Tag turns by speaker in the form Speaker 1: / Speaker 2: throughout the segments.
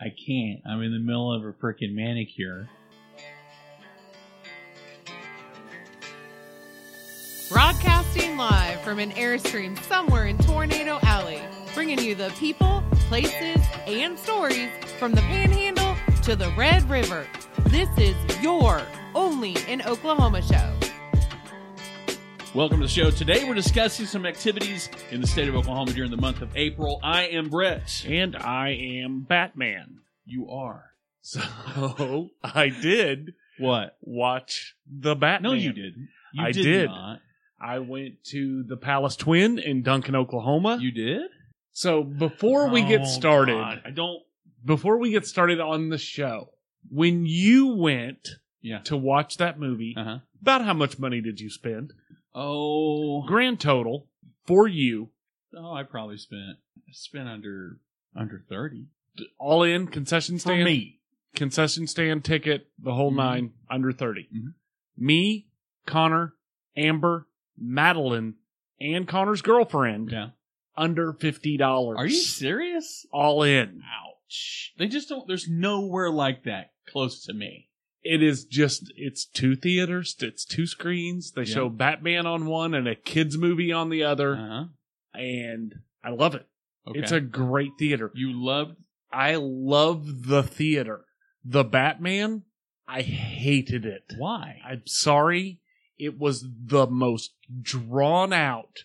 Speaker 1: I can't. I'm in the middle of a freaking manicure.
Speaker 2: Broadcasting live from an Airstream somewhere in Tornado Alley, bringing you the people, places, and stories from the Panhandle to the Red River. This is your only in Oklahoma show.
Speaker 1: Welcome to the show. Today we're discussing some activities in the state of Oklahoma during the month of April. I am Brett.
Speaker 3: And I am Batman.
Speaker 1: You are.
Speaker 3: So I did
Speaker 1: What?
Speaker 3: watch the Batman.
Speaker 1: No, you didn't. You
Speaker 3: I
Speaker 1: did,
Speaker 3: did.
Speaker 1: not.
Speaker 3: I went to the Palace Twin in Duncan, Oklahoma.
Speaker 1: You did?
Speaker 3: so before we
Speaker 1: Oh,
Speaker 3: get started,
Speaker 1: God. I don't.
Speaker 3: before we get started on the show, when you went
Speaker 1: Yeah.
Speaker 3: to watch that movie,
Speaker 1: Uh huh.
Speaker 3: about how much money did you spend?
Speaker 1: Oh.
Speaker 3: Grand total for you,
Speaker 1: Oh, I probably spent I spent under under thirty.
Speaker 3: all in concession stand,
Speaker 1: me.
Speaker 3: concession stand ticket, the whole
Speaker 1: Mhm.
Speaker 3: nine, under 30
Speaker 1: Mhm.
Speaker 3: Me, Connor, Amber, Madeline, and Connor's girlfriend.
Speaker 1: Yeah.
Speaker 3: under fifty dollars.
Speaker 1: Are you serious?
Speaker 3: all in?
Speaker 1: Ouch. They just don't. There's nowhere like that close to me.
Speaker 3: It is just it's two theaters, it's two screens. They
Speaker 1: Yeah.
Speaker 3: show Batman on one and a kids movie on the
Speaker 1: Uh
Speaker 3: other,
Speaker 1: huh.
Speaker 3: and I love it.
Speaker 1: Okay.
Speaker 3: It's a great theater.
Speaker 1: you loved.
Speaker 3: I love the theater. The Batman, I hated it.
Speaker 1: Why?
Speaker 3: I'm sorry, it was the most drawn out,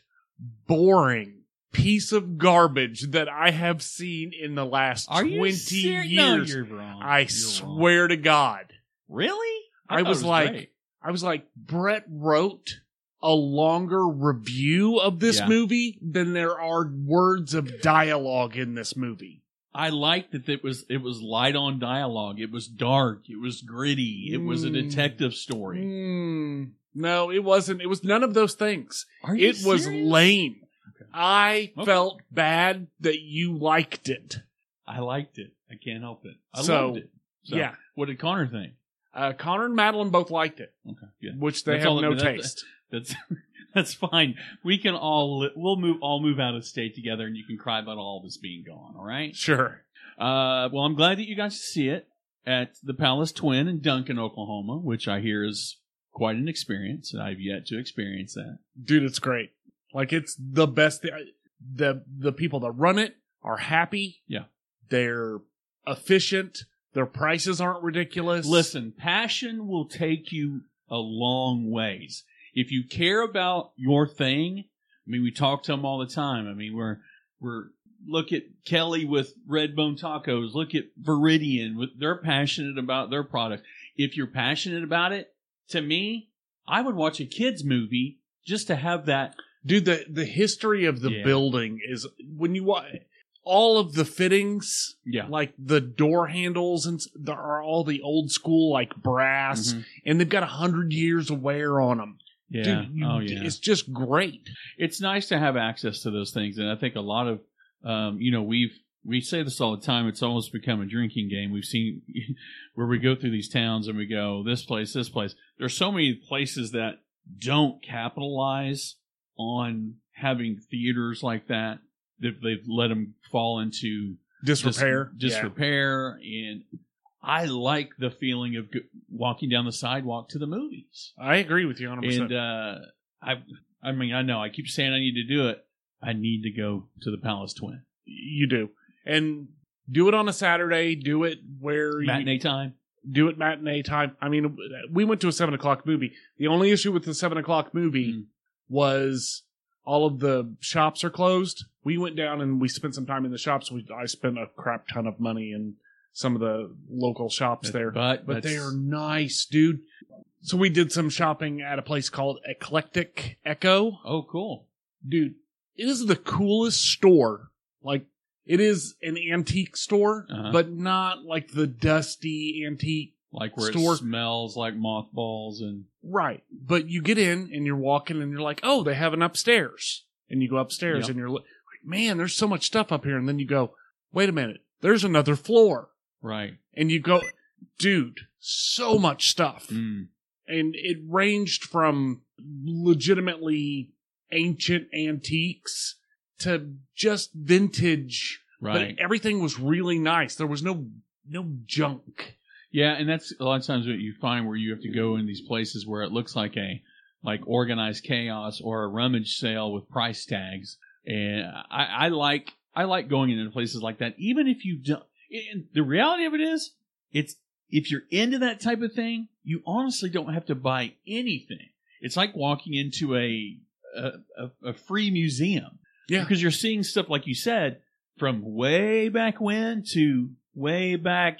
Speaker 3: boring piece of garbage that I have seen in the last
Speaker 1: Are you
Speaker 3: twenty
Speaker 1: serious? No,
Speaker 3: years.
Speaker 1: you're wrong.
Speaker 3: I
Speaker 1: You're wrong.
Speaker 3: swear to God.
Speaker 1: Really?
Speaker 3: I
Speaker 1: thought
Speaker 3: was
Speaker 1: it
Speaker 3: like-
Speaker 1: great.
Speaker 3: I was like, Brett wrote a longer review of this
Speaker 1: Yeah.
Speaker 3: movie than there are words of dialogue in this movie.
Speaker 1: I liked that it was it was light on dialogue. It was dark. It was gritty. It was a
Speaker 3: Mm.
Speaker 1: detective story.
Speaker 3: Mm, no, it wasn't. It was none of those things.
Speaker 1: Are you
Speaker 3: It was
Speaker 1: serious?
Speaker 3: lame.
Speaker 1: Okay.
Speaker 3: I
Speaker 1: Okay.
Speaker 3: felt bad that you liked it.
Speaker 1: I liked it. I can't help it. I
Speaker 3: So,
Speaker 1: loved it. So,
Speaker 3: Yeah.
Speaker 1: What did Connor think?
Speaker 3: Uh, Connor and Madeline both liked it,
Speaker 1: Okay. Yeah.
Speaker 3: which they
Speaker 1: That's
Speaker 3: have
Speaker 1: all that-
Speaker 3: no
Speaker 1: that-
Speaker 3: taste.
Speaker 1: That's that's fine. We can all li- we'll move all move out of state together, and you can cry about all of us being gone. All right.
Speaker 3: Sure.
Speaker 1: Uh, well, I'm glad that you got to see it at the Palace Twin in Duncan, Oklahoma, which I hear is quite an experience. I've yet to experience that.
Speaker 3: dude it's great like it's the best thi- the the people that run it are happy
Speaker 1: Yeah.
Speaker 3: they're efficient their prices aren't ridiculous
Speaker 1: Listen, passion will take you a long ways. If you care about your thing, I mean, we talk to them all the time. I mean, we're we're look at Kelly with Red Bone Tacos. Look at Viridian with they're passionate about their product. If you're passionate about it, to me, I would watch a kids movie just to have that.
Speaker 3: dude the the history of the
Speaker 1: Yeah.
Speaker 3: building is when you wa- all of the fittings
Speaker 1: Yeah.
Speaker 3: like the door handles and s- there are all the old school like brass
Speaker 1: Mm-hmm.
Speaker 3: and they've got a hundred years of wear on them
Speaker 1: Yeah.
Speaker 3: dude you,
Speaker 1: oh, yeah.
Speaker 3: it's just great
Speaker 1: it's nice to have access to those things and i think a lot of um, you know we've we say this all the time it's almost become a drinking game we've seen where we go through these towns and we go this place this place there's so many places that don't capitalize on having theaters like that that they've let them fall into dis-
Speaker 3: disrepair Yeah.
Speaker 1: disrepair and i like the feeling of go- walking down the sidewalk to the movies
Speaker 3: i agree with you 100%
Speaker 1: and uh, I, I mean, I know I keep saying I need to do it. I need to go to the Palace Twin
Speaker 3: you do and do it on a saturday do it where
Speaker 1: matinee time.
Speaker 3: you do it matinee time i mean we went to a seven o'clock movie the only issue with the seven o'clock movie
Speaker 1: Mm.
Speaker 3: was all of the shops are closed we went down and we spent some time in the shops we, i spent a crap ton of money in some of the local shops there
Speaker 1: but
Speaker 3: but they
Speaker 1: that's-
Speaker 3: are nice dude so we did some shopping at a place called eclectic echo
Speaker 1: oh cool.
Speaker 3: dude, it is the coolest store. Like it is an antique store,
Speaker 1: Uh-huh.
Speaker 3: but not like the dusty antique.
Speaker 1: Like where
Speaker 3: Store-
Speaker 1: it smells like mothballs and
Speaker 3: Right. But you get in and you're walking and you're like, "Oh, they have an upstairs." And you go upstairs
Speaker 1: Yeah.
Speaker 3: and you're li- like, "Man, there's so much stuff up here." And then you go, "Wait a minute. There's another floor."
Speaker 1: right.
Speaker 3: And you go, "Dude, so much stuff."
Speaker 1: Mm.
Speaker 3: and it ranged from legitimately ancient antiques to just vintage
Speaker 1: Right.
Speaker 4: But everything was really nice. There was no no junk.
Speaker 1: Yeah, and that's a lot of times what you find where you have to go in these places where it looks like a like organized chaos or a rummage sale with price tags. And I, I like I like going into places like that, even if you don't. And the reality of it is, it's if you're into that type of thing, you honestly don't have to buy anything. It's like walking into a a, a, a free museum.
Speaker 4: Yeah.
Speaker 1: because you're seeing stuff like you said from way back when to way back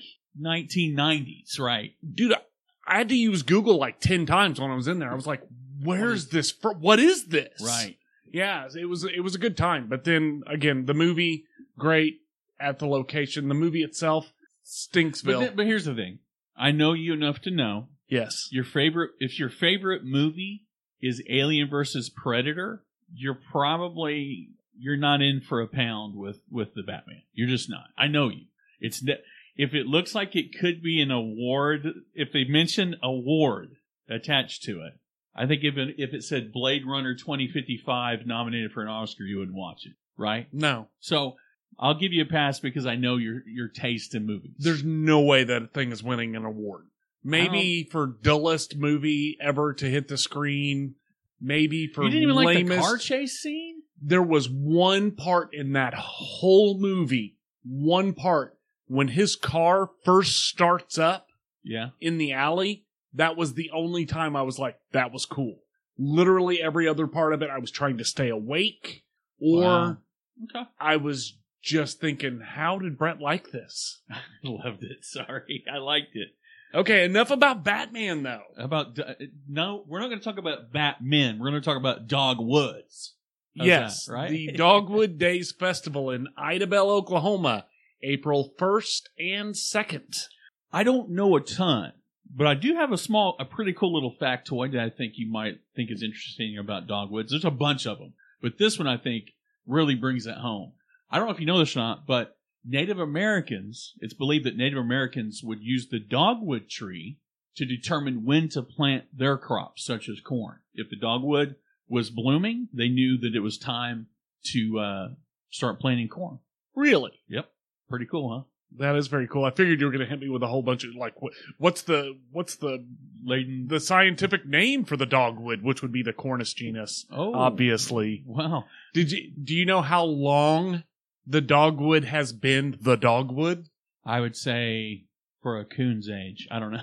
Speaker 1: 1990s, right?
Speaker 4: Dude, I, I had to use Google like 10 times when I was in there. I was like, where's this from? What is this?
Speaker 1: Right.
Speaker 4: Yeah, it was it was a good time. But then again, the movie great at the location. The movie itself
Speaker 1: But,
Speaker 4: stinksville.
Speaker 1: th- but here's the thing. I know you enough to know
Speaker 4: yes.
Speaker 1: your favorite if your favorite movie is Alien versus Predator, you're probably you're not in for a pound with with the Batman. You're just not. I know you. It's ne- if it looks like it could be an award, if they mention award attached to it, I think if it, if it said Blade Runner 2055 nominated for an Oscar, you would watch it, right?
Speaker 4: No.
Speaker 1: So I'll give you a pass because I know your your taste in movies.
Speaker 4: There's no way that thing is winning an award. Maybe for dullest movie ever to hit the screen. Maybe for
Speaker 1: you didn't even like the
Speaker 4: lamest-
Speaker 1: car chase scene.
Speaker 4: there was one part in that whole movie, one part when his car first starts up
Speaker 1: Yeah,
Speaker 4: in the alley. That was the only time I was like, that was cool. Literally every other part of it, I was trying to stay awake or
Speaker 1: Wow. okay.
Speaker 4: I was just thinking, how did Brett like this?
Speaker 1: Loved it. Sorry, I liked it.
Speaker 4: Okay, enough about Batman though.
Speaker 1: About do- no, we're not going to talk about Batman. We're going to talk about Dog Woods. How's
Speaker 4: yes,
Speaker 1: that, right?
Speaker 4: the Dogwood Days Festival in Idabel, Oklahoma, April 1st and 2nd.
Speaker 1: I don't know a ton, but I do have a small, a pretty cool little factoid that I think you might think is interesting about dogwoods. There's a bunch of them, but this one I think really brings it home. I don't know if you know this or not, but Native Americans, it's believed that Native Americans would use the dogwood tree to determine when to plant their crops, such as corn. If the dogwood was blooming, they knew that it was time to uh, start planting corn.
Speaker 4: Really?
Speaker 1: Pretty cool, huh?
Speaker 4: That is very cool. I figured you were going to hit me with a whole bunch of like, what, what's the what's the
Speaker 1: Laden.
Speaker 4: the scientific name for the dogwood, which would be the Cornus genus,
Speaker 1: Oh,
Speaker 4: obviously.
Speaker 1: wow.
Speaker 4: Did you do you know how long the dogwood has been the dogwood
Speaker 1: I would say for a coon's age. I don't know.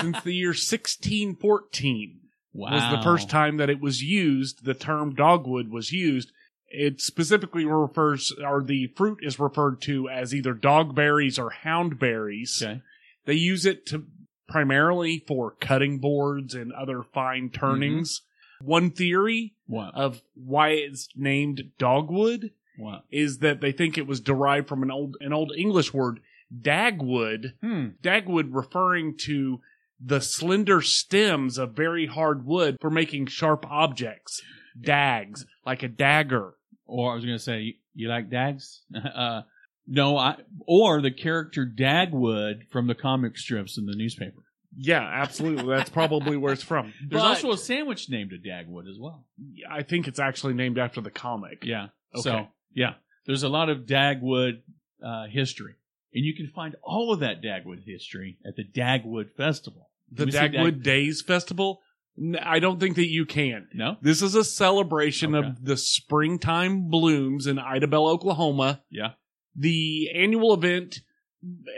Speaker 4: since the year 1614
Speaker 1: wow.
Speaker 4: was the first time that it was used. The term dogwood was used. It specifically refers, or the fruit is referred to as either dog berries or hound berries.
Speaker 1: Okay.
Speaker 4: They use it to primarily for cutting boards and other fine turnings. One theory
Speaker 1: Wow.
Speaker 4: of why it's named dogwood
Speaker 1: wow.
Speaker 4: is that they think it was derived from an old an old English word dagwood,
Speaker 1: Hmm.
Speaker 4: dagwood referring to the slender stems of very hard wood for making sharp objects, dags, like a dagger.
Speaker 1: Or I was going to say, you, you like Dags? uh, no, I, or the character Dagwood from the comic strips in the newspaper.
Speaker 4: Yeah, absolutely. That's probably where it's from.
Speaker 1: There's
Speaker 4: But
Speaker 1: also a sandwich named a Dagwood as well.
Speaker 4: I think it's actually named after the comic.
Speaker 1: Yeah.
Speaker 4: Okay.
Speaker 1: So, yeah, there's a lot of Dagwood uh, history. And you can find all of that Dagwood history at the Dagwood Festival.
Speaker 4: the
Speaker 1: We see Dag-
Speaker 4: Dagwood Days Festival? N- I don't think that you can.
Speaker 1: No?
Speaker 4: This is a celebration
Speaker 1: Okay.
Speaker 4: of the springtime blooms in Idabel, Oklahoma.
Speaker 1: Yeah.
Speaker 4: The annual event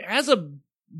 Speaker 4: has a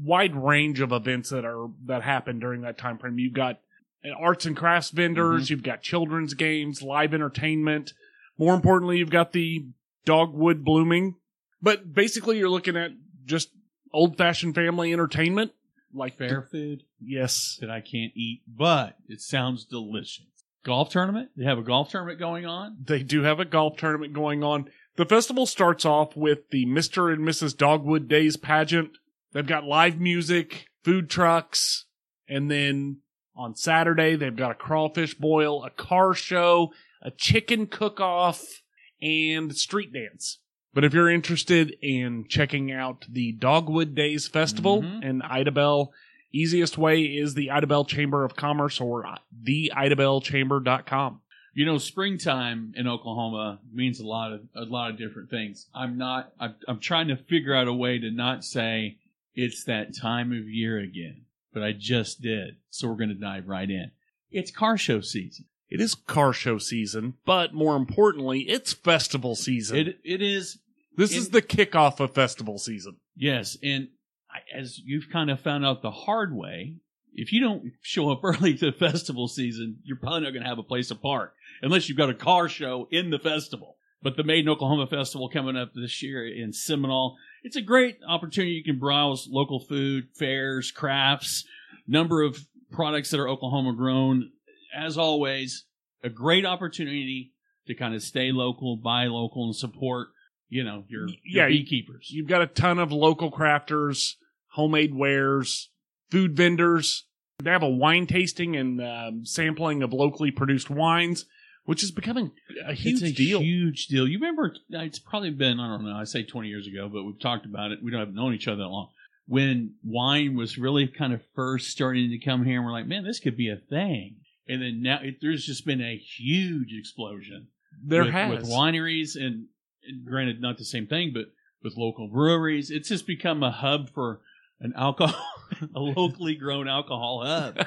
Speaker 4: wide range of events that are that happen during that time frame. You've got uh, arts and crafts vendors,
Speaker 1: Mm-hmm.
Speaker 4: you've got children's games, live entertainment. More importantly, you've got the dogwood blooming. But basically you're looking at just old-fashioned family entertainment like
Speaker 1: Fair food.
Speaker 4: Yes.
Speaker 1: that I can't eat, but it sounds delicious. Golf tournament? They have a golf tournament going on?
Speaker 4: they do have a golf tournament going on. The festival starts off with the Mr. and Mrs. Dogwood Days pageant. They've got live music, food trucks, and then on Saturday, they've got a crawfish boil, a car show, a chicken cook off, and street dance. But if you're interested in checking out the Dogwood Days Festival
Speaker 1: Mhm.
Speaker 4: in Idabel, easiest way is the Idabel Chamber of Commerce or theidabelchamber.com.
Speaker 1: You know, springtime in Oklahoma means a lot of a lot of different things. I'm not. I'm, I'm trying to figure out a way to not say it's that time of year again, but I just did. So we're going to dive right in. It's car show season.
Speaker 4: It is car show season, but more importantly, it's festival season.
Speaker 1: It it is
Speaker 4: this
Speaker 1: it-
Speaker 4: is the kickoff of festival season.
Speaker 1: Yes, and I, as you've kind of found out the hard way, if you don't show up early to festival season, you're probably not going to have a place to park unless you've got a car show in the festival. But the Made in Oklahoma Festival coming up this year in Seminole, it's a great opportunity. You can browse local food, fairs, crafts, number of products that are Oklahoma grown. As always, a great opportunity to kind of stay local, buy local, and support you know your, your
Speaker 4: Yeah, you-
Speaker 1: beekeepers.
Speaker 4: You've got a ton of local crafters, homemade wares, food vendors. They have a wine tasting and um, sampling of locally produced wines, which is becoming a huge
Speaker 1: it's a
Speaker 4: deal.
Speaker 1: Huge deal. You remember? It's probably been I don't know. I say twenty years ago, but we've talked about it. We don't have known each other that long. When wine was really kind of first starting to come here, and we're like, man, this could be a thing. And then now it, there's just been a huge explosion
Speaker 4: there
Speaker 1: with,
Speaker 4: has
Speaker 1: with wineries and, and granted not the same thing, but with local breweries, it's just become a hub for an alcohol, a locally grown alcohol hub.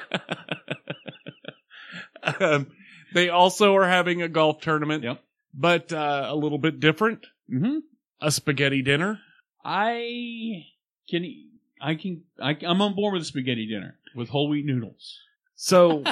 Speaker 4: um, they also are having a golf tournament,
Speaker 1: Yep.
Speaker 4: but uh, a little bit different.
Speaker 1: mm-hmm.
Speaker 4: A spaghetti dinner.
Speaker 1: I can e, I can I, I'm on board with a spaghetti dinner with whole wheat noodles.
Speaker 4: So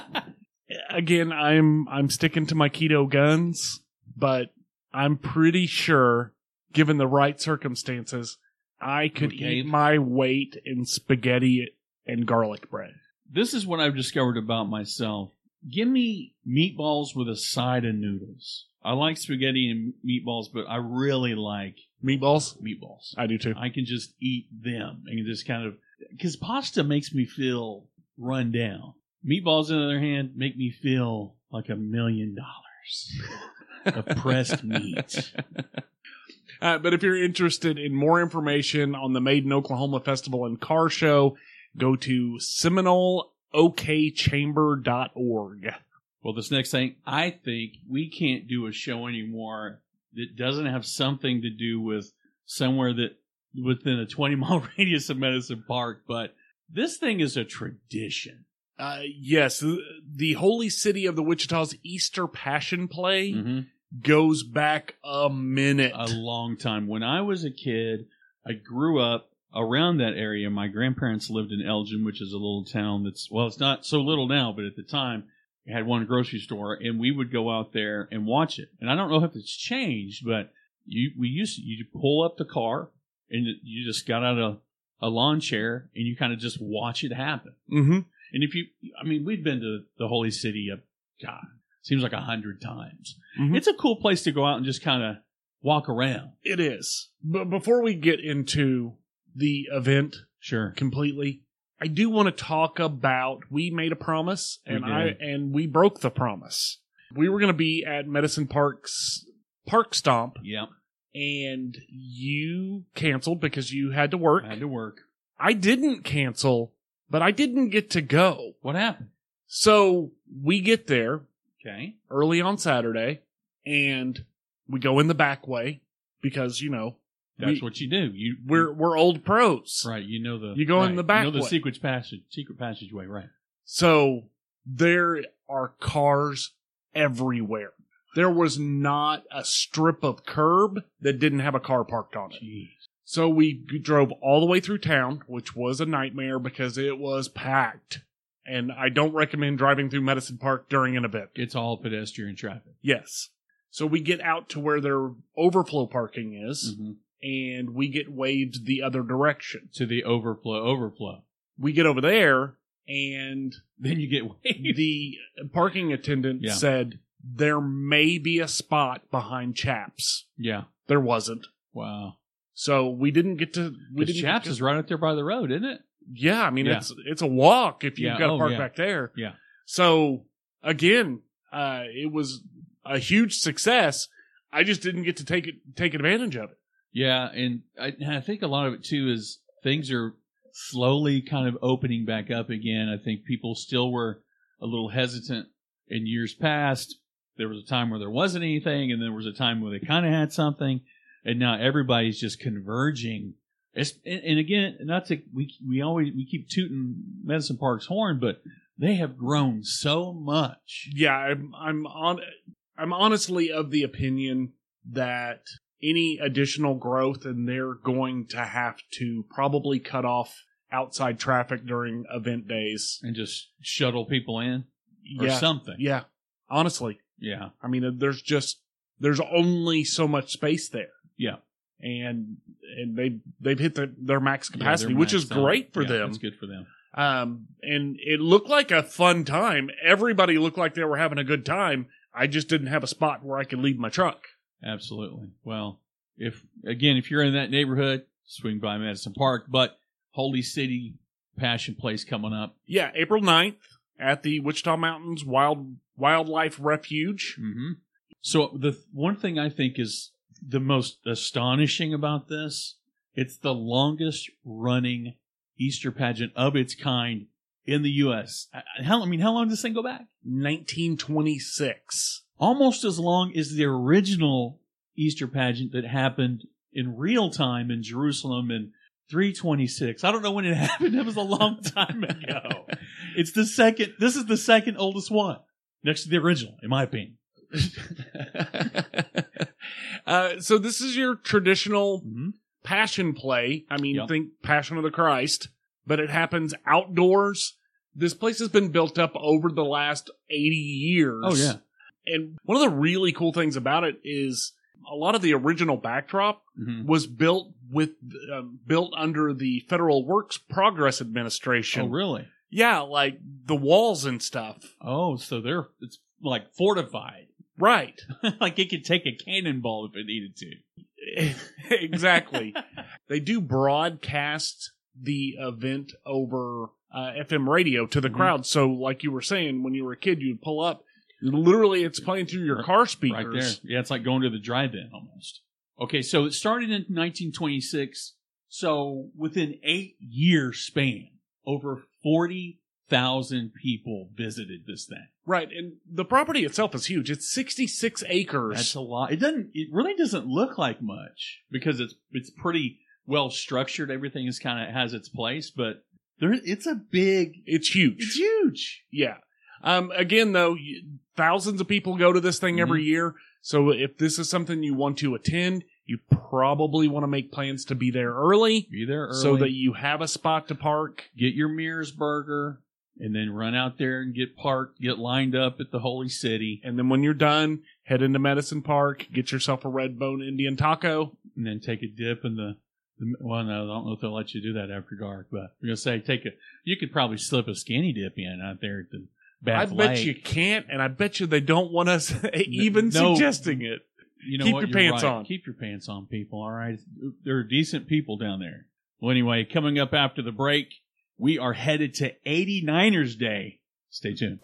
Speaker 4: again, I'm I'm sticking to my keto guns, but I'm pretty sure, given the right circumstances, I could
Speaker 1: Okay.
Speaker 4: eat my weight in spaghetti and garlic bread.
Speaker 1: This is what I've discovered about myself. Give me meatballs with a side of noodles. I like spaghetti and meatballs, but I really like
Speaker 4: Meatballs,
Speaker 1: meatballs.
Speaker 4: I do too.
Speaker 1: I can just eat them and just kind of because pasta makes me feel run down. Meatballs, on the other hand, make me feel like a million dollars of pressed meat.
Speaker 4: Uh, but if you're interested in more information on the Made in Oklahoma Festival and Car Show, go to SeminoleOKChamber.org.
Speaker 1: Well, this next thing, I think we can't do a show anymore that doesn't have something to do with somewhere that within a 20 mile radius of Medicine Park. But this thing is a tradition.
Speaker 4: Uh, yes, th- the holy city of the Wichita's Easter Passion Play goes back a minute.
Speaker 1: A long time. When I was a kid, I grew up around that area. My grandparents lived in Elgin, which is a little town that's, well, it's not so little now, but at the time, it had one grocery store, and we would go out there and watch it. And I don't know if it's changed, but you we used to, you pull up the car and you just got out of a lawn chair and you kind of just watch it happen.
Speaker 4: mm-hmm.
Speaker 1: And if you, I mean, we've been to the Holy City of God, seems like a hundred times.
Speaker 4: Mhm.
Speaker 1: It's a cool place to go out and just kind of walk around.
Speaker 4: It is. But before we get into the event
Speaker 1: Sure.
Speaker 4: completely, I do want to talk about we made a promise
Speaker 1: We
Speaker 4: and I
Speaker 1: did.
Speaker 4: and we broke the promise. We were going to be at Medicine Park's Park Stomp
Speaker 1: Yep.
Speaker 4: and you canceled because you had to work.
Speaker 1: I had to work.
Speaker 4: I didn't cancel, but I didn't get to go.
Speaker 1: What happened?
Speaker 4: So we get there
Speaker 1: Okay.
Speaker 4: early on Saturday and we go in the back way because, you know,
Speaker 1: That's
Speaker 4: we-
Speaker 1: what you do. You
Speaker 4: we're we're old pros.
Speaker 1: right. You know the
Speaker 4: You go in
Speaker 1: right.
Speaker 4: the back
Speaker 1: You know the
Speaker 4: way.
Speaker 1: secret passage, secret passageway. Right.
Speaker 4: So there are cars everywhere. There was not a strip of curb that didn't have a car parked on it.
Speaker 1: Jeez.
Speaker 4: So we g- drove all the way through town, which was a nightmare because it was packed. And I don't recommend driving through Medicine Park during an event.
Speaker 1: It's all pedestrian traffic.
Speaker 4: Yes. So we get out to where their overflow parking is
Speaker 1: Mhm.
Speaker 4: and we get waved the other direction.
Speaker 1: To the overflow, overflow.
Speaker 4: We get over there and
Speaker 1: Then you get waved.
Speaker 4: the parking attendant
Speaker 1: Yeah.
Speaker 4: said there may be a spot behind Chaps.
Speaker 1: yeah.
Speaker 4: There wasn't,
Speaker 1: Wow.
Speaker 4: so we didn't get to. We
Speaker 1: Because
Speaker 4: didn't.
Speaker 1: Chaps
Speaker 4: get to-
Speaker 1: is right up there by the road, isn't it?
Speaker 4: yeah, I mean
Speaker 1: Yeah.
Speaker 4: it's it's a walk if you've
Speaker 1: Yeah,
Speaker 4: got to
Speaker 1: oh,
Speaker 4: park
Speaker 1: yeah.
Speaker 4: back there.
Speaker 1: Yeah.
Speaker 4: So again, uh, it was a huge success. I just didn't get to take it take advantage of it.
Speaker 1: Yeah, and I, and I think a lot of it too is things are slowly kind of opening back up again. I think people still were a little hesitant in years past. there was a time where there wasn't anything, and there was a time where they kind of had something, and now everybody's just converging. It's, and, and again, not to we we always we keep tooting Medicine Park's horn, but they have grown so much.
Speaker 4: yeah i'm i'm on i'm honestly of the opinion that any additional growth and they're going to have to probably cut off outside traffic during event days
Speaker 1: and just shuttle people in or
Speaker 4: yeah
Speaker 1: something. Yeah.
Speaker 4: yeah honestly
Speaker 1: yeah.
Speaker 4: i mean uh, there's just there's only so much space there
Speaker 1: Yeah.
Speaker 4: and and they they've hit their, their max capacity
Speaker 1: they're
Speaker 4: which is
Speaker 1: maxed out.
Speaker 4: great for
Speaker 1: Yeah,
Speaker 4: them
Speaker 1: It's good for them.
Speaker 4: um, and it looked like a fun time. Everybody looked like they were having a good time. I just didn't have a spot where I could leave my truck.
Speaker 1: Absolutely. Well, if again, if you're in that neighborhood, swing by Madison Park, but Holy City Passion Place coming up.
Speaker 4: Yeah, April 9th at the Wichita Mountains Wild Wildlife Refuge.
Speaker 1: Mm-hmm. So the th- one thing I think is the most astonishing about this, it's the longest running Easter pageant of its kind in the U.S. I- I- How I mean, how long does this thing go back?
Speaker 4: 1926.
Speaker 1: almost as long as the original Easter pageant that happened in real time in Jerusalem in 326. I don't know when it happened. It was a long time ago. it's the second, this is the second oldest one next to the original, in my opinion.
Speaker 4: uh, so this is your traditional
Speaker 1: Mm-hmm.
Speaker 4: passion play. I mean,
Speaker 1: Yep.
Speaker 4: think Passion of the Christ, but it happens outdoors. This place has been built up over the last 80 years.
Speaker 1: Oh, yeah.
Speaker 4: And one of the really cool things about it is a lot of the original backdrop
Speaker 1: Mm-hmm.
Speaker 4: was built with um, built under the Federal Works Progress Administration.
Speaker 1: Oh, really?
Speaker 4: Yeah, like the walls and stuff.
Speaker 1: Oh, so they're, it's like fortified.
Speaker 4: Right.
Speaker 1: like it could take a cannonball if it needed to.
Speaker 4: exactly. they do broadcast the event over uh, FM radio to the
Speaker 1: Mhm.
Speaker 4: crowd. So, like you were saying, when you were a kid, you'd pull up. Literally, it's playing through your car speakers.
Speaker 1: Right there. Yeah, it's like going to the drive-in almost. Okay, so it started in 1926. So within eight year span, over 40,000 people visited this thing.
Speaker 4: Right, and the property itself is huge. It's 66 acres.
Speaker 1: That's a lot. It doesn't. It really doesn't look like much because it's it's pretty well structured. Everything is kind of has its place, but there it's a big.
Speaker 4: it's huge.
Speaker 1: It's huge.
Speaker 4: Yeah. Um, again, though, y- thousands of people go to this thing
Speaker 1: Mm-hmm.
Speaker 4: every year. So if this is something you want to attend, you probably want to make plans to be there early,
Speaker 1: Be there early.
Speaker 4: so that you have a spot to park.
Speaker 1: get your Mears burger and then run out there and get parked, get lined up at the Holy City.
Speaker 4: And then when you're done, head into Medicine Park, get yourself a red bone Indian taco.
Speaker 1: and then take a dip in the, the well no, I don't know if they'll let you do that after dark, but I'm gonna say take a you could probably slip a skinny dip in out there at the
Speaker 4: I
Speaker 1: Bath
Speaker 4: bet
Speaker 1: Lake.
Speaker 4: you can't, and I bet you they don't want us even
Speaker 1: no.
Speaker 4: suggesting it.
Speaker 1: You know
Speaker 4: keep
Speaker 1: what?
Speaker 4: your
Speaker 1: You're
Speaker 4: pants
Speaker 1: right.
Speaker 4: on.
Speaker 1: Keep your pants on, people. All right, there are decent people down there. Well, anyway, coming up after the break, we are headed to 89ers Day. Stay tuned.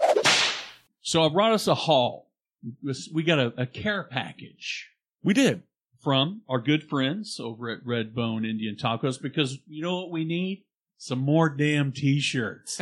Speaker 1: So I brought us a haul. This- We got a, a care package.
Speaker 4: We did.
Speaker 1: from our good friends over at Red Bone Indian Tacos because you know what we need? Some more damn t-shirts.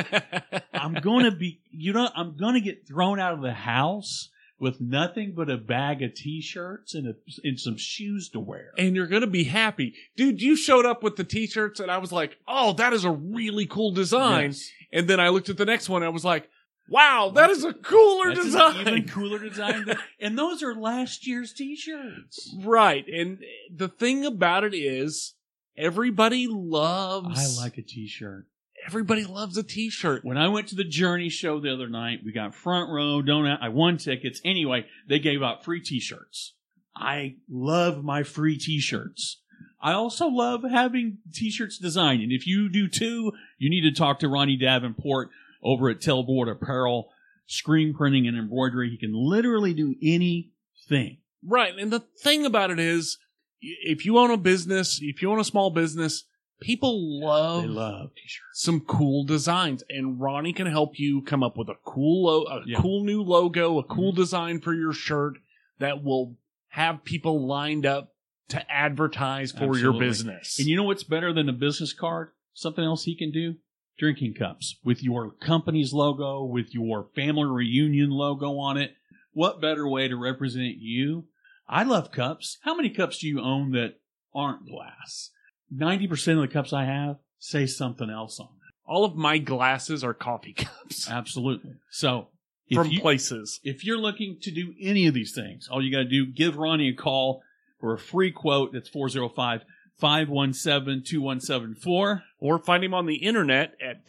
Speaker 1: I'm going to be you know I'm going to get thrown out of the house with nothing but a bag of t-shirts and a, and some shoes to wear.
Speaker 4: and you're gonna be happy, dude. You showed up with the t-shirts, and I was like, "Oh, that is a really cool design."
Speaker 1: Yes.
Speaker 4: And then I looked at the next one. I was like, wow, that is a cooler
Speaker 1: That's an
Speaker 4: design.
Speaker 1: even cooler design. than- and those are last year's t-shirts.
Speaker 4: right. And the thing about it is everybody
Speaker 1: I
Speaker 4: loves
Speaker 1: like a t-shirt.
Speaker 4: everybody loves a t-shirt.
Speaker 1: When I went to the Journey show the other night, we got front row, donut. I won tickets. Anyway, they gave out free t-shirts. I love my free t-shirts. I also love having t-shirts designed. And if you do too, you need to talk to Ronnie Davenport over at Telboard Apparel, screen printing and embroidery. He can literally do anything.
Speaker 4: Right. And the thing about it is y- if you own a business, if you own a small business, people love,
Speaker 1: They love t-shirts.
Speaker 4: some cool designs and Ronnie can help you come up with a cool lo- a
Speaker 1: Yeah. Mm-hmm.
Speaker 4: cool new logo, a cool design for your shirt that will have people lined up to advertise for your
Speaker 1: Absolutely.
Speaker 4: business.
Speaker 1: And you know what's better than a business card? Something else he can do? Drinking cups with your company's logo, with your family reunion logo on it. what better way to represent you? I love cups. How many cups do you own that aren't glass? 90% of the cups I have say something else on them.
Speaker 4: All of my glasses are coffee cups
Speaker 1: Absolutely. So if
Speaker 4: from
Speaker 1: you-
Speaker 4: places.
Speaker 1: if you're looking to do any of these things, all you got to do, give Ronnie a call for a free quote. That's 405 517 2174.
Speaker 4: Or find him on the internet at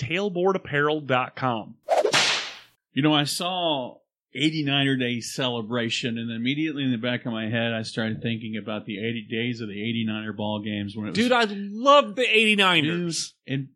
Speaker 4: tailboardapparel.com.
Speaker 1: You know, I saw 89er Day celebration, and immediately in the back of my head, I started thinking about the 80 days of the 89er ball games when it was.
Speaker 4: Dude, I love the
Speaker 1: Dude,
Speaker 4: 89ers.
Speaker 1: and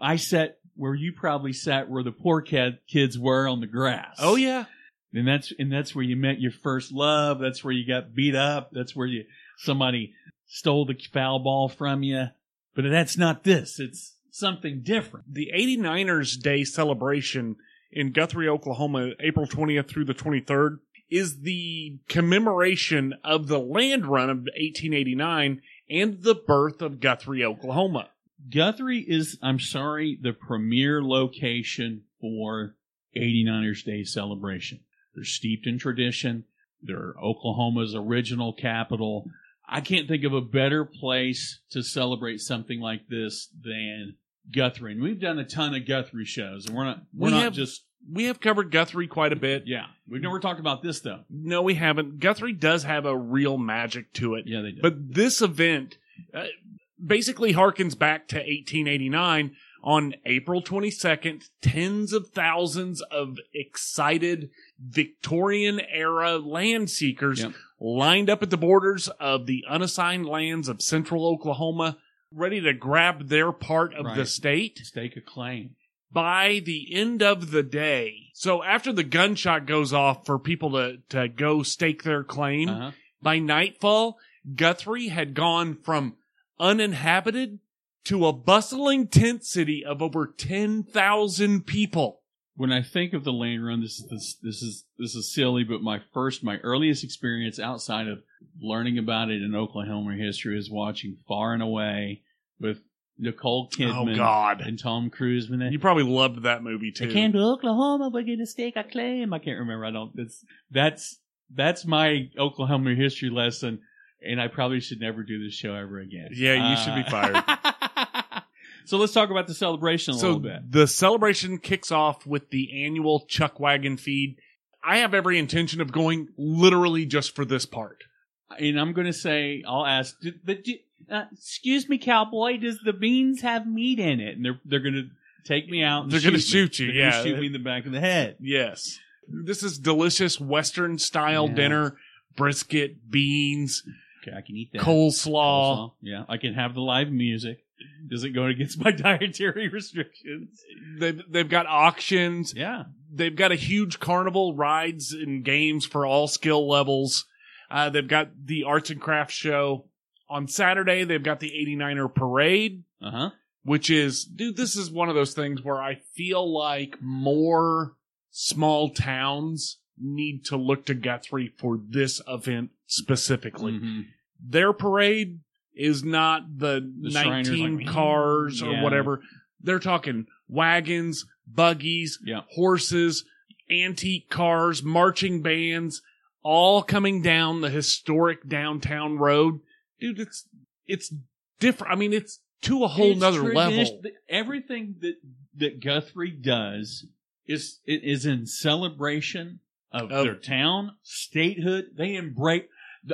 Speaker 1: I sat where you probably sat where the poor kid, kids were on the grass.
Speaker 4: Oh, yeah.
Speaker 1: And that's and that's where you met your first love. That's where you got beat up. That's where you somebody stole the foul ball from you. But that's not this. It's something different.
Speaker 4: The 89ers Day celebration in Guthrie, Oklahoma, April 20th through the 23rd, is the commemoration of the land run of 1889 and the birth of Guthrie, Oklahoma.
Speaker 1: Guthrie is, I'm sorry, the premier location for 89ers Day celebration. They're steeped in tradition. They're Oklahoma's original capital. I can't think of a better place to celebrate something like this than Guthrie. And we've done a ton of Guthrie shows, and we're not we're
Speaker 4: We
Speaker 1: not
Speaker 4: have-
Speaker 1: just
Speaker 4: We have covered Guthrie quite a bit.
Speaker 1: yeah. We've never talked about this though.
Speaker 4: No, we haven't. Guthrie does have a real magic to it.
Speaker 1: Yeah, they did.
Speaker 4: But this event uh, basically harkens back to 1889. On April 22nd, tens of thousands of excited Victorian era land seekers
Speaker 1: Yep.
Speaker 4: lined up at the borders of the unassigned lands of central Oklahoma, ready to grab their part of the
Speaker 1: Right.
Speaker 4: state
Speaker 1: stake a claim.
Speaker 4: by the end of the day. So after the gunshot goes off for people to, to go stake their claim,
Speaker 1: Uh-huh.
Speaker 4: by nightfall, Guthrie had gone from uninhabited to a bustling tent city of over 10,000 people.
Speaker 1: when I think of the land run, this this this is this is silly, but my first, my earliest experience outside of learning about it in Oklahoma history is watching Far and Away with Nicole Kidman
Speaker 4: Oh, God.
Speaker 1: and Tom Cruise. When they,
Speaker 4: You probably loved that movie,
Speaker 1: they
Speaker 4: too.
Speaker 1: came to Oklahoma, we're gonna stake a claim. I can't remember. I don't. That's that's that's my Oklahoma history lesson, and I probably should never do this show ever again.
Speaker 4: Yeah, you should be fired.
Speaker 1: fired. so let's talk about the celebration a
Speaker 4: so
Speaker 1: little bit.
Speaker 4: the celebration kicks off with the annual Chuck Wagon feed. I have every intention of going literally just for this part.
Speaker 1: and I'm going to say, I'll ask, "Do- but do, uh, excuse me, cowboy, does the beans have meat in it? And they're they're going to take me out. And
Speaker 4: They're
Speaker 1: going
Speaker 4: gonna
Speaker 1: to
Speaker 4: shoot you,
Speaker 1: They're gonna
Speaker 4: yeah.
Speaker 1: shoot me in the back of the head.
Speaker 4: Yes. This is delicious Western style
Speaker 1: Yeah.
Speaker 4: dinner brisket, beans,
Speaker 1: Okay, I can eat that.
Speaker 4: coleslaw.
Speaker 1: Coleslaw. yeah, I can have the live music. Does it go against my dietary restrictions?
Speaker 4: They've they've got auctions.
Speaker 1: Yeah,
Speaker 4: They've got a huge carnival, rides and games for all skill levels. Uh, they've got the arts and crafts show on Saturday. They've got the 89er parade,
Speaker 1: uh huh.
Speaker 4: which is dude. This is one of those things where I feel like more small towns need to look to Guthrie for this event
Speaker 1: Mm-hmm.
Speaker 4: specifically. Their parade is not the,
Speaker 1: The Shriners,
Speaker 4: 19
Speaker 1: like,
Speaker 4: cars or
Speaker 1: yeah.
Speaker 4: whatever. They're talking wagons, buggies,
Speaker 1: Yeah.
Speaker 4: horses, antique cars, marching bands, all coming down the historic downtown road. Dude, it's it's different. I mean, it's to a whole
Speaker 1: It's
Speaker 4: nother level.
Speaker 1: tradition- Everything that that Guthrie does is it is in celebration of,
Speaker 4: Of-
Speaker 1: their town, statehood. They embrace.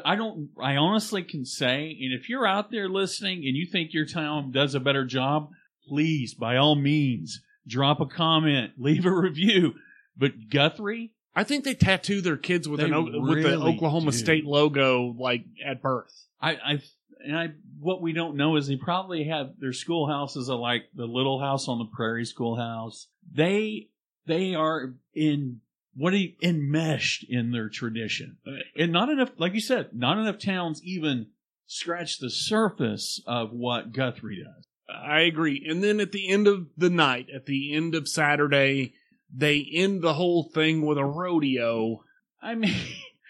Speaker 1: I don't. I honestly can say, and if you're out there listening and you think your town does a better job, please, by all means, drop a comment, leave a review. But Guthrie,
Speaker 4: I think they tattoo their kids with
Speaker 1: They
Speaker 4: an O with the
Speaker 1: really
Speaker 4: Oklahoma
Speaker 1: do.
Speaker 4: State logo like at birth.
Speaker 1: I, I and I what we don't know is they probably have their schoolhouses are like the little house on the prairie schoolhouse. They they are in what do you, enmeshed in their tradition, and not enough, like you said, not enough towns even scratch the surface of what Guthrie does.
Speaker 4: I agree. And then at the end of the night, at the end of Saturday, they end the whole thing with a rodeo.
Speaker 1: I mean,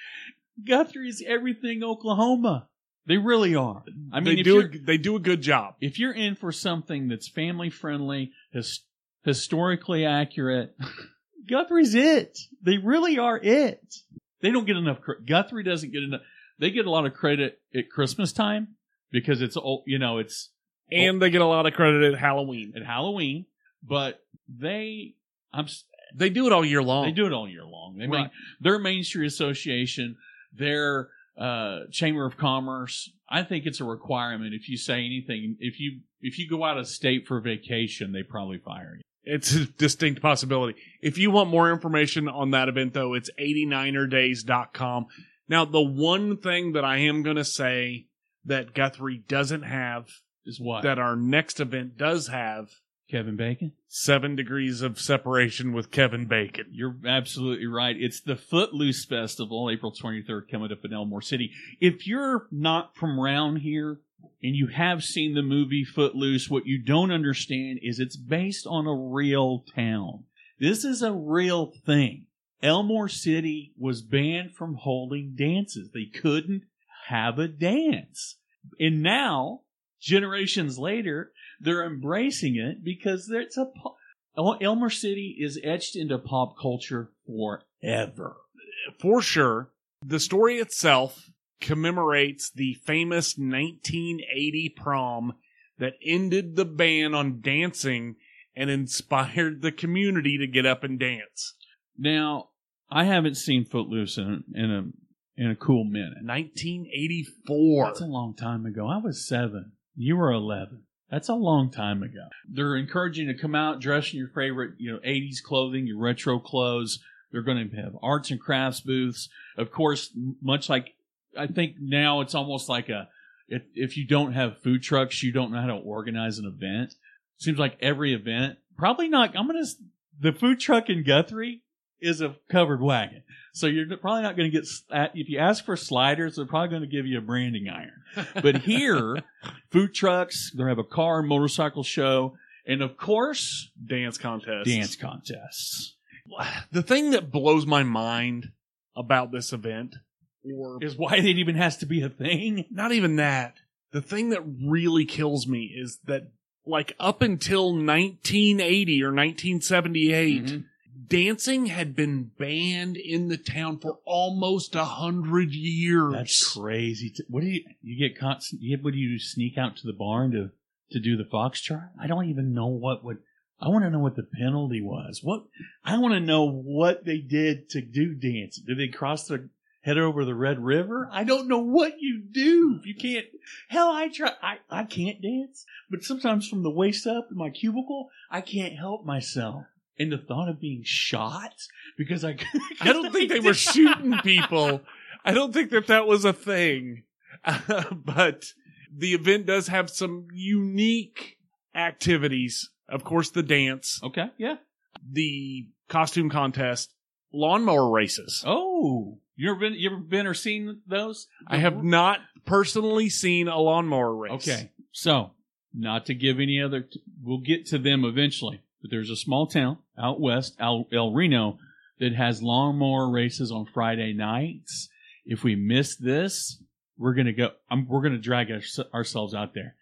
Speaker 1: Guthrie's everything Oklahoma. They really are. I mean,
Speaker 4: they
Speaker 1: if
Speaker 4: do
Speaker 1: you're-
Speaker 4: a, they do a good job.
Speaker 1: if you're in for something that's family friendly, his, historically accurate, Guthrie's it. They really are it. They don't get enough. cre- Guthrie doesn't get enough. They get a lot of credit at Christmas time because it's all you know. It's
Speaker 4: and they get a lot of credit at Halloween.
Speaker 1: at Halloween, but they I'm s-
Speaker 4: They do it all year long.
Speaker 1: they do it all year long. They
Speaker 4: Oh. Right.
Speaker 1: make their Main Street Association, their uh, Chamber of Commerce. I think it's a requirement. If you say anything, if you if you go out of state for vacation, they probably fire you.
Speaker 4: It's a distinct possibility. If you want more information on that event, though, it's 89erdays.com. Now, the one thing that I am going to say that Guthrie doesn't have
Speaker 1: Is what
Speaker 4: that our next event does have
Speaker 1: Kevin Bacon?
Speaker 4: seven degrees of separation with Kevin Bacon.
Speaker 1: You're absolutely right. It's the Footloose Festival, April 23rd, coming up in Elmore City. If you're not from around here and you have seen the movie Footloose, what you don't understand is it's based on a real town. This is a real thing. Elmore City was banned from holding dances. They couldn't have a dance. And now, generations later, they're embracing it because it's a po- El- Elmer City is etched into pop culture forever.
Speaker 4: For sure, the story itself commemorates the famous 1980 prom that ended the ban on dancing and inspired the community to get up and dance.
Speaker 1: Now, I haven't seen Footloose in, in a in a cool minute.
Speaker 4: 1984.
Speaker 1: That's a long time ago. I was seven. You were eleven. That's a long time ago. They're encouraging you to come out, dress in your favorite, you know, '80s clothing, your retro clothes. They're going to have arts and crafts booths. Of course, m- much like I think now, it's almost like a if if you don't have food trucks, you don't know how to organize an event. Seems like every event, probably not. I'm gonna s- the food truck in Guthrie is a covered wagon, so you're probably not going to get s- at- if you ask for sliders, they're probably going to give you a branding iron. But here, food trucks, they have a car, and motorcycle show, and of course,
Speaker 4: dance contest.
Speaker 1: dance contests.
Speaker 4: The thing that blows my mind about this event, or
Speaker 1: Is why it even has to be a thing.
Speaker 4: not even that. The thing that really kills me is that, like, up until 1980 or 1978,
Speaker 1: Mm-hmm.
Speaker 4: dancing had been banned in the town for almost a hundred years.
Speaker 1: That's crazy. T- What do you you get constant? You, what do you sneak out to the barn to to do the foxtrot? I don't even know what would. I want to know what the penalty was. What I want to know what they did to do dance. Did they cross the head over the Red River? I don't know what you do. You can't. Hell, I try. I I can't dance, but sometimes from the waist up in my cubicle, I can't help myself. And the thought of being shot because I
Speaker 4: I don't think they were shooting people. I don't think that that was a thing. but the event does have some unique activities. Of course, the dance,
Speaker 1: Okay. Yeah.
Speaker 4: the costume contest, lawnmower races.
Speaker 1: Oh, you ever been? You ever been or seen those?
Speaker 4: I have not personally seen a lawnmower race.
Speaker 1: Uh-huh. Okay, so not to give any other, we'll get to them eventually. But there's a small town out west, El, El Reno, that has lawnmower races on Friday nights. If we miss this, we're gonna go. I'm, we're gonna drag ours ourselves out there.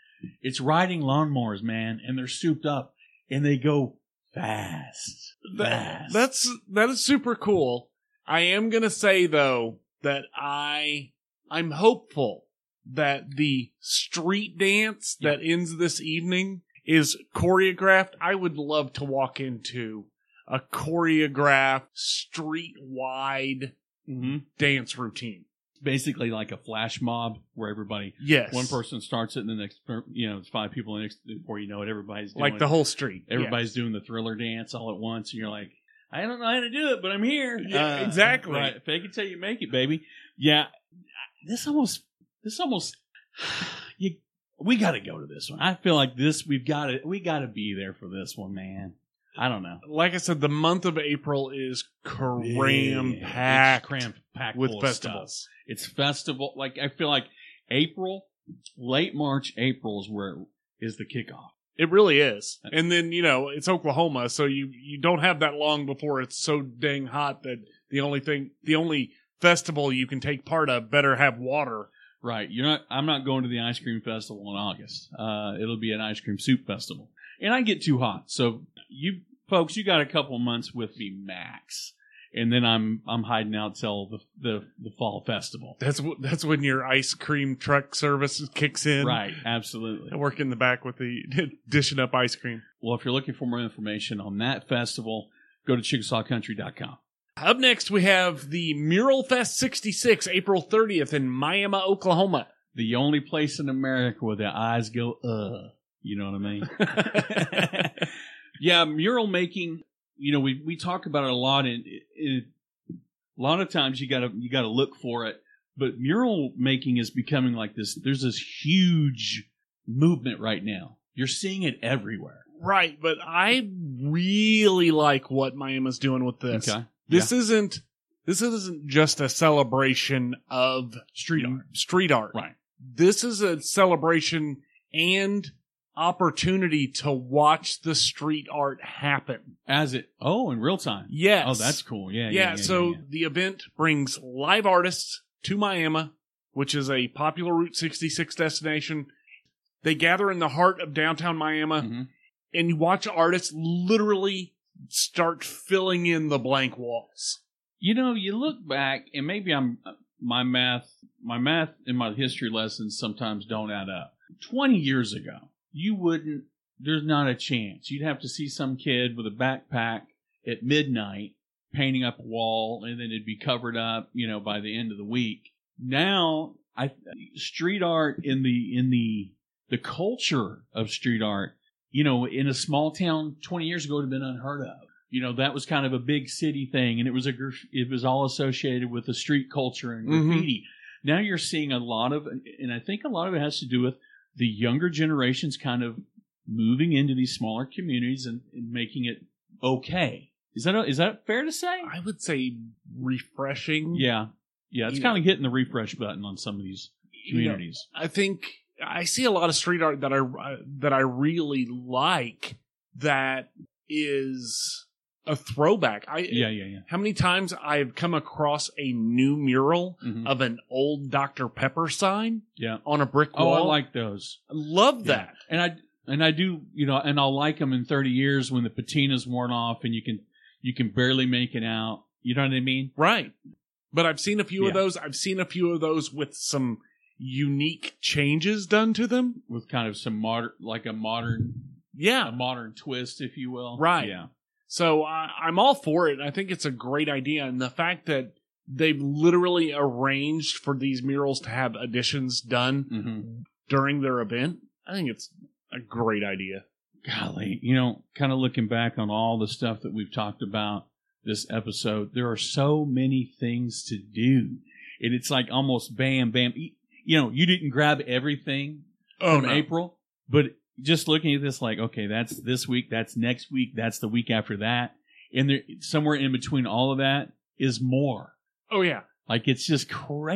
Speaker 1: It's riding lawnmowers, man, and they're souped up and they go fast.
Speaker 4: That,
Speaker 1: Fast.
Speaker 4: that's that is super cool. I am gonna say though that I I'm hopeful that the street dance that ends this evening is choreographed. I would love to walk into a choreographed street wide
Speaker 1: hmm
Speaker 4: dance routine.
Speaker 1: basically like a flash mob where everybody
Speaker 4: Yes,
Speaker 1: one person starts it and the next per- you know it's five people the next before you know it everybody's doing
Speaker 4: like the whole street.
Speaker 1: everybody's doing the thriller dance all at once and you're like i don't know how to do it but i'm here Uh,
Speaker 4: Yeah, exactly.
Speaker 1: right. fake it till you make it baby yeah this almost this almost you we gotta go to this one i feel like this we've gotta we gotta be there for this one man i don't know
Speaker 4: Yeah. Like I said, the month of April is cram
Speaker 1: Yeah, it's
Speaker 4: packed
Speaker 1: cram packed
Speaker 4: with
Speaker 1: full of stuff.
Speaker 4: festivals.
Speaker 1: It's festival. Like I feel like April, late March, April is where is the kickoff.
Speaker 4: It really is. And then, you know, it's Oklahoma, so you you don't have that long before it's so dang hot that the only thing the only festival you can take part of better have water.
Speaker 1: Right. You're not. I'm not going to the ice cream festival in August. Uh, it'll be an ice cream soup festival, and I get too hot. So you folks, you got a couple months with me max. and then I'm I'm hiding out till the the, the fall festival.
Speaker 4: That's wh- that's when your ice cream truck service kicks in.
Speaker 1: Right, absolutely.
Speaker 4: I work in the back with the dishing up ice cream.
Speaker 1: Well, if you're looking for more information on that festival, go to ChickasawCountry.com.
Speaker 4: Up next, we have the Mural Fest 66, April 30th in Miami, Oklahoma.
Speaker 1: The only place in America where the eyes go, uh, you know what I mean? yeah, mural making. You know, we we talk about it a lot, and it, it, a lot of times you gotta you gotta look for it. But mural making is becoming like this. There's this huge movement right now. You're seeing it everywhere.
Speaker 4: Right, but I really like what Miami's doing with this.
Speaker 1: Okay,
Speaker 4: This isn't this isn't just a celebration of
Speaker 1: street art.
Speaker 4: street art.
Speaker 1: Right.
Speaker 4: This is a celebration and opportunity to watch the street art happen.
Speaker 1: As it oh, in real time.
Speaker 4: Yes.
Speaker 1: Oh, that's cool. Yeah,
Speaker 4: yeah,
Speaker 1: yeah. yeah,
Speaker 4: so uh,
Speaker 1: yeah.
Speaker 4: the event brings live artists to Miami, which is a popular Route 66 destination. They gather in the heart of downtown Miami
Speaker 1: Mhm.
Speaker 4: and you watch artists literally start filling in the blank walls.
Speaker 1: you know, you look back, and maybe I'm my math, my math and my history lessons sometimes don't add up. Twenty years ago, you wouldn't. There's not a chance. You'd have to see some kid with a backpack at midnight painting up a wall, and then it'd be covered up, you know, by the end of the week. Now, I street art in the in the the culture of street art, you know, in a small town twenty years ago would have been unheard of you know that was kind of a big city thing and it was a gr- it was all associated with the street culture and
Speaker 4: Mhm.
Speaker 1: graffiti now you're seeing a lot of and i think a lot of it has to do with the younger generations kind of moving into these smaller communities and, and making it okay is that a, is that fair to say
Speaker 4: I would say refreshing.
Speaker 1: yeah yeah it's
Speaker 4: Yeah.
Speaker 1: kind of hitting the refresh button on some of these
Speaker 4: You know,
Speaker 1: communities
Speaker 4: I think I see a lot of street art that I uh, that I really like that is a throwback. I
Speaker 1: yeah yeah yeah
Speaker 4: how many times I've come across a new mural
Speaker 1: Mhm.
Speaker 4: of an old Dr Pepper sign
Speaker 1: yeah
Speaker 4: on a brick
Speaker 1: oh
Speaker 4: wall.
Speaker 1: i like those
Speaker 4: I love
Speaker 1: Yeah.
Speaker 4: that.
Speaker 1: and I and I do, you know, and I'll like them in 30 years when the patina's worn off and you can you can barely make it out. You know what I mean?
Speaker 4: Right. But I've seen a few of
Speaker 1: Yeah.
Speaker 4: those. I've seen a few of those with some unique changes done to them.
Speaker 1: With kind of some modern, like a modern, a
Speaker 4: Yeah.
Speaker 1: modern twist, if you will.
Speaker 4: Right.
Speaker 1: Yeah.
Speaker 4: So I, I'm all for it. I think it's a great idea. And the fact that they've literally arranged for these murals to have additions done
Speaker 1: hmm
Speaker 4: during their event, I think it's a great idea.
Speaker 1: Golly, you know, kind of looking back on all the stuff that we've talked about this episode, there are so many things to do, and it's like almost bam, bam. You know, you didn't grab everything
Speaker 4: Oh,
Speaker 1: from April. But just looking at this, like, okay, that's this week, that's next week, that's the week after that, and there somewhere in between all of that is more.
Speaker 4: oh yeah.
Speaker 1: Like it's just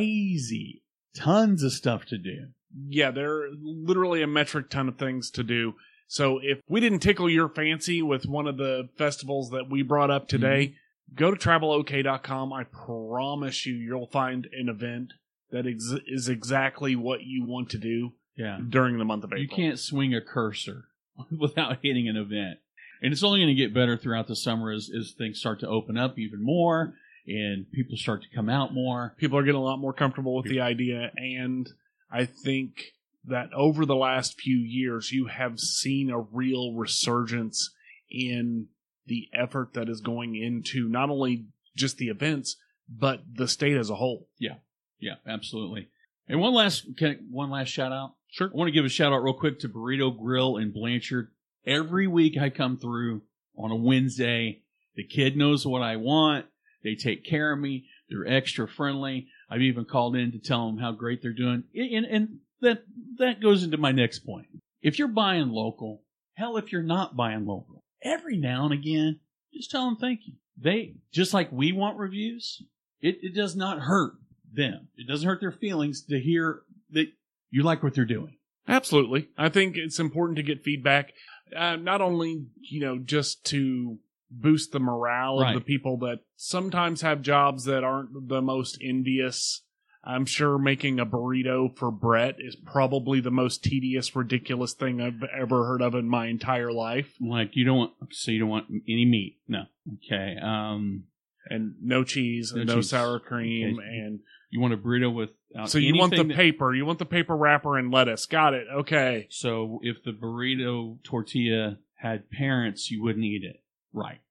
Speaker 1: crazy, tons of stuff to do.
Speaker 4: Yeah, there are literally a metric ton of things to do. So if we didn't tickle your fancy with one of the festivals that we brought up today,
Speaker 1: Mm-hmm.
Speaker 4: go to travelok.com. I promise you, you'll find an event that ex- is exactly what you want to do
Speaker 1: Yeah,
Speaker 4: during the month of April.
Speaker 1: you can't swing a cursor without hitting an event, and it's only going to get better throughout the summer as, as things start to open up even more and people start to come out more.
Speaker 4: People are getting a lot more comfortable with the idea, and I think that over the last few years, you have seen a real resurgence in the effort that is going into not only just the events, but the state as a whole.
Speaker 1: Yeah, absolutely. And one last can, one last shout out. Sure. I want to give a shout out real quick to Burrito Grill in Blanchard. Every week I come through on a Wednesday. The kid knows what I want. They take care of me. They're extra friendly. I've even called in to tell them how great they're doing. And, and- and that that goes into my next point. If you're buying local, hell, if you're not buying local, every now and again, just tell them thank you. They just like we want reviews. It, it does not hurt them. It doesn't hurt their feelings to hear that you like what they're doing.
Speaker 4: Absolutely. I think it's important to get feedback, uh, not only, you know, just to boost the morale
Speaker 1: Right.
Speaker 4: of the people that sometimes have jobs that aren't the most envious. I'm sure making a burrito for Brett is probably the most tedious, ridiculous thing I've ever heard of in my entire life.
Speaker 1: Like you don't want so you don't want any meat. No. Okay. Um
Speaker 4: and no cheese and
Speaker 1: No
Speaker 4: no,
Speaker 1: cheese.
Speaker 4: sour cream
Speaker 1: Okay.
Speaker 4: and
Speaker 1: You want a burrito without
Speaker 4: so you want the
Speaker 1: anything that-
Speaker 4: paper, you want the paper wrapper and lettuce. Got it. Okay.
Speaker 1: So if the burrito tortilla had parents, you wouldn't eat it. Right.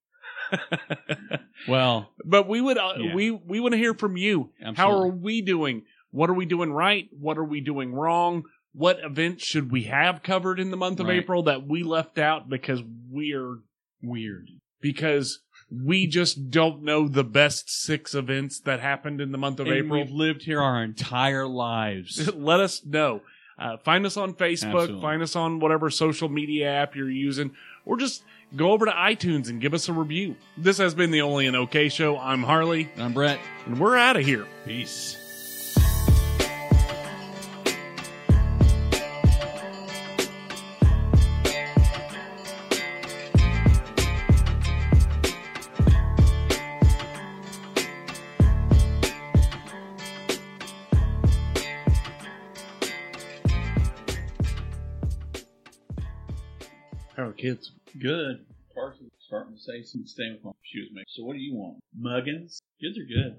Speaker 1: Well,
Speaker 4: But we would uh,
Speaker 1: Yeah.
Speaker 4: we we want to hear from you. How are
Speaker 1: Absolutely.
Speaker 4: we doing? What are we doing right? What are we doing wrong? What events should we have covered in the month of
Speaker 1: Right.
Speaker 4: April that we left out because we're
Speaker 1: weird.
Speaker 4: because we just don't know the best six events that happened in the month of
Speaker 1: And
Speaker 4: April.
Speaker 1: We've lived here our entire lives.
Speaker 4: let us know. Uh, find us on Facebook,
Speaker 1: Absolutely.
Speaker 4: find us on whatever social media app you're using, or just go over to iTunes and give us a review. This has been the Only an OK Show. I'm Harley,
Speaker 1: I'm Brett.
Speaker 4: and we're out of here.
Speaker 1: Peace.
Speaker 4: How are kids?
Speaker 1: Good. Parks is starting to say some staying with she was making. So what do you want? Muggins? Kids are good.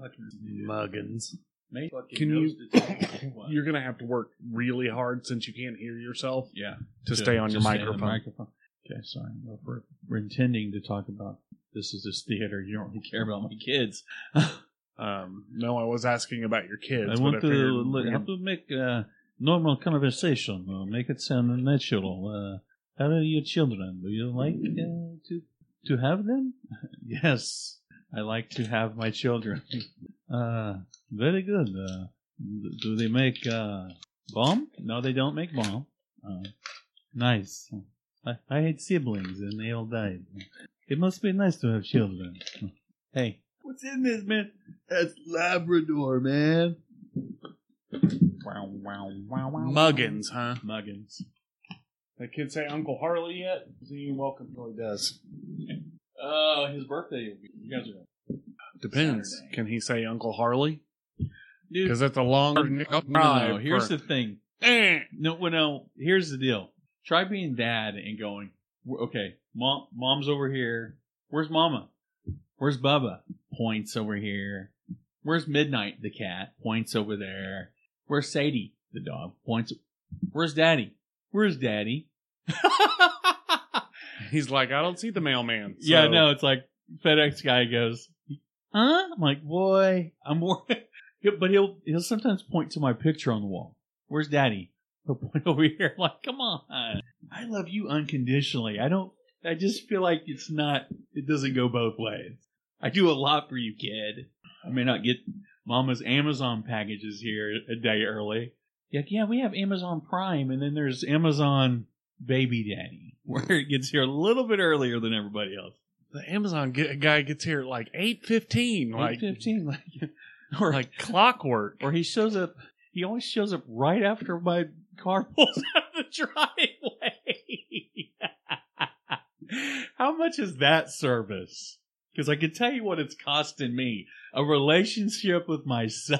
Speaker 4: Muggins.
Speaker 1: May fucking
Speaker 4: Can
Speaker 1: knows
Speaker 4: you-
Speaker 1: the time. What?
Speaker 4: You're going to have to work really hard since you can't hear yourself
Speaker 1: yeah.
Speaker 4: to stay on
Speaker 1: Just
Speaker 4: your
Speaker 1: stay on the
Speaker 4: microphone.
Speaker 1: microphone. Okay, sorry. Well, we're, we're intending to talk about this is this theater. You don't really care about my kids.
Speaker 4: Um, no, I was asking about your kids.
Speaker 1: I
Speaker 4: but
Speaker 1: want to
Speaker 4: figured
Speaker 1: li-
Speaker 4: we're
Speaker 1: have
Speaker 4: gonna-
Speaker 1: to make uh, normal conversation, uh, make it sound natural. Uh, how are your children? Do you like uh, to to have them? yes, I like to have my children. Uh, very good. Uh, do they make uh, bomb? No, they don't make bomb. Uh, nice. I, I had siblings and they all died. It must be nice to have children. Hey. What's in this, man? That's Labrador, man. Wow, wow, wow, wow.
Speaker 4: Muggins, huh?
Speaker 1: Muggins.
Speaker 4: That kid say Uncle Harley yet? You're welcome till he does.
Speaker 1: Oh, his birthday. You guys are.
Speaker 4: Depends.
Speaker 1: Saturday.
Speaker 4: Can he say Uncle Harley?
Speaker 1: Dude,
Speaker 4: Because that's a long
Speaker 1: no, no, no. Here's the thing.
Speaker 4: the
Speaker 1: No, well, no. Here's the deal. Try being dad and going. "W- Okay, mom, mom's over here. Where's Mama? Where's Bubba? Points over here. Where's Midnight the cat? Points over there. Where's Sadie the dog? Points. Where's Daddy? Where's Daddy?
Speaker 4: he's like, I don't see the mailman. So
Speaker 1: Yeah, no, it's like FedEx guy goes, huh? I'm like, boy, I'm more. but he'll he'll sometimes point to my picture on the wall. Where's Daddy? He'll point over here. I'm like, come on, I love you unconditionally. I don't. I just feel like it's not. It doesn't go both ways. I do a lot for you, kid. I may not get Mama's Amazon packages here a day early. Like, yeah, we have Amazon Prime, and then there's Amazon Baby Daddy, where it gets here a little bit earlier than everybody else.
Speaker 4: The Amazon g- guy gets here at like eight fifteen, like
Speaker 1: Like fifteen, like, or like,
Speaker 4: like clockwork.
Speaker 1: or he shows up. He always shows up right after my car pulls out of the driveway. How much is that service? Because I can tell you what it's costing me a relationship with my son.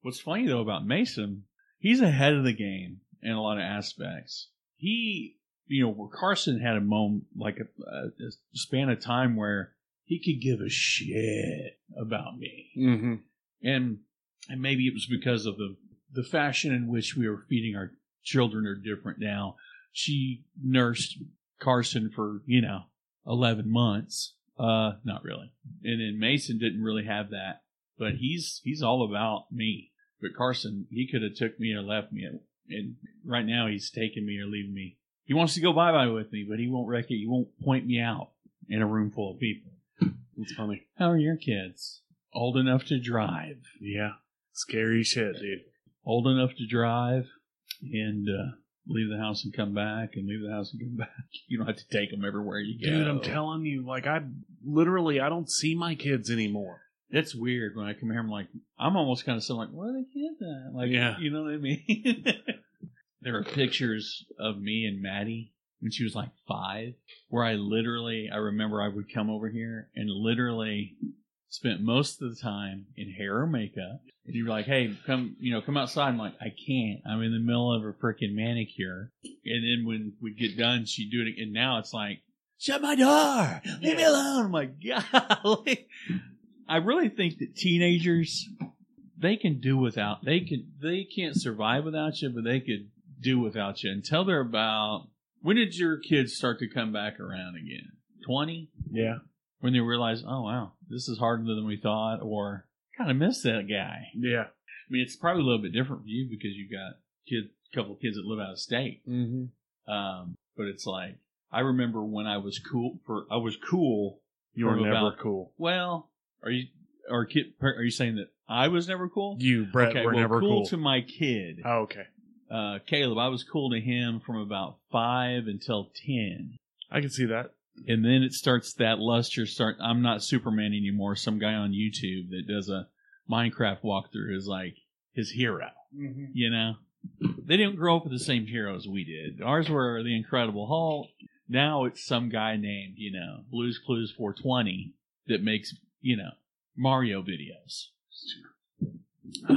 Speaker 1: What's funny though about Mason, he's ahead of the game in a lot of aspects. He, you know, where Carson had a moment, like a, a, a span of time where he could give a shit about me
Speaker 4: Mm-hmm.
Speaker 1: and and maybe it was because of the the fashion in which we were feeding our children are different now. She nursed Carson for you know eleven months, uh, not really, and then Mason didn't really have that, but he's he's all about me. But Carson, he could have took me or left me, and right now he's taking me or leaving me. He wants to go bye bye with me, but he won't wreck it. He won't point me out in a room full of people.
Speaker 4: It's funny.
Speaker 1: How are your kids? Old enough to drive
Speaker 4: Yeah, scary shit, dude.
Speaker 1: old enough to drive and uh, leave the house and come back and leave the house and come back. You don't have to take them everywhere you go.
Speaker 4: Dude, I'm telling you, like I literally I don't see my kids anymore.
Speaker 1: That's weird when I come here. I'm like, I'm almost kind of sound like, where are the kids at? Like,
Speaker 4: Yeah.
Speaker 1: you know what I mean? there are pictures of me and Maddie when she was like five, where I literally, I remember I would come over here and literally spent most of the time in hair or makeup. And you're like, hey, come, you know, come outside. I'm like, I can't. I'm in the middle of a freaking manicure. And then when we'd get done, she'd do it. And now it's like, shut my door, leave me
Speaker 4: Yeah.
Speaker 1: alone. I'm like, golly. I really think that teenagers, they can do without, they can, they can't survive without you, but they could do without you until they're about, when did your kids start to come back around again? 20?
Speaker 4: Yeah.
Speaker 1: When they realize, oh wow, this is harder than we thought, or kind of miss that guy.
Speaker 4: Yeah.
Speaker 1: I mean, it's probably a little bit different for you because you've got kid, couple of kids that live out of state.
Speaker 4: Mm-hmm.
Speaker 1: Um, but it's like I remember when I was cool for I was cool.
Speaker 4: You were
Speaker 1: From
Speaker 4: never
Speaker 1: about-
Speaker 4: cool.
Speaker 1: Well, are you are kid? Are you saying that I was never cool?
Speaker 4: You, Brett,
Speaker 1: okay,
Speaker 4: were
Speaker 1: well,
Speaker 4: never
Speaker 1: cool,
Speaker 4: cool.
Speaker 1: to my kid,
Speaker 4: oh, okay.
Speaker 1: uh, Caleb. I was cool to him from about five until ten,
Speaker 4: I can see that.
Speaker 1: and then it starts that luster. Start. I'm not Superman anymore. Some guy on YouTube that does a Minecraft walkthrough is like his hero.
Speaker 4: Mm-hmm.
Speaker 1: you know they didn't grow up with the same heroes we did ours were the incredible hulk now it's some guy named you know blues clues 420 that makes you know mario videos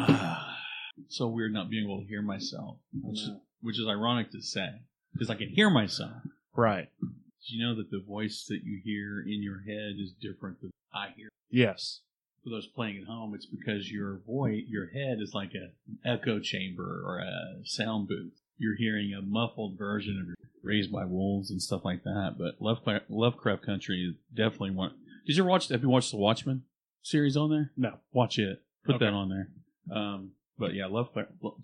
Speaker 1: so weird not being able to hear myself which, is- which is ironic to say because i can hear myself
Speaker 4: Right.
Speaker 1: Did you know that the voice that you hear in your head is different than i hear
Speaker 4: Yes.
Speaker 1: for those playing at home, it's because your voice, your head is like a echo chamber or a sound booth. You're hearing a muffled version of "Raised by Wolves" and stuff like that. But Lovecraft, Lovecraft Country is definitely one. Did you ever watch? Have you watched the Watchmen series on there?
Speaker 4: No.
Speaker 1: Watch it. Put
Speaker 4: Okay.
Speaker 1: that on there. Um, but yeah, Lovecraft, Lo-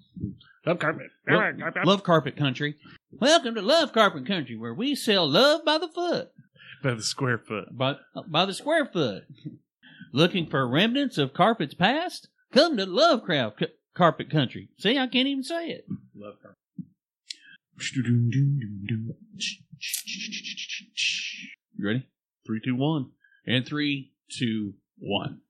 Speaker 4: Love carpet.
Speaker 1: Love, Love Carpet Country. Welcome to Love Carpet Country, where we sell love by the foot
Speaker 4: By the square foot.
Speaker 1: by, by the square foot. Looking for remnants of carpets past? Come to Lovecraft C- Carpet Country. See, I can't even say it. Love carpet. You ready?
Speaker 4: Three, two, one.
Speaker 1: And three, two, one.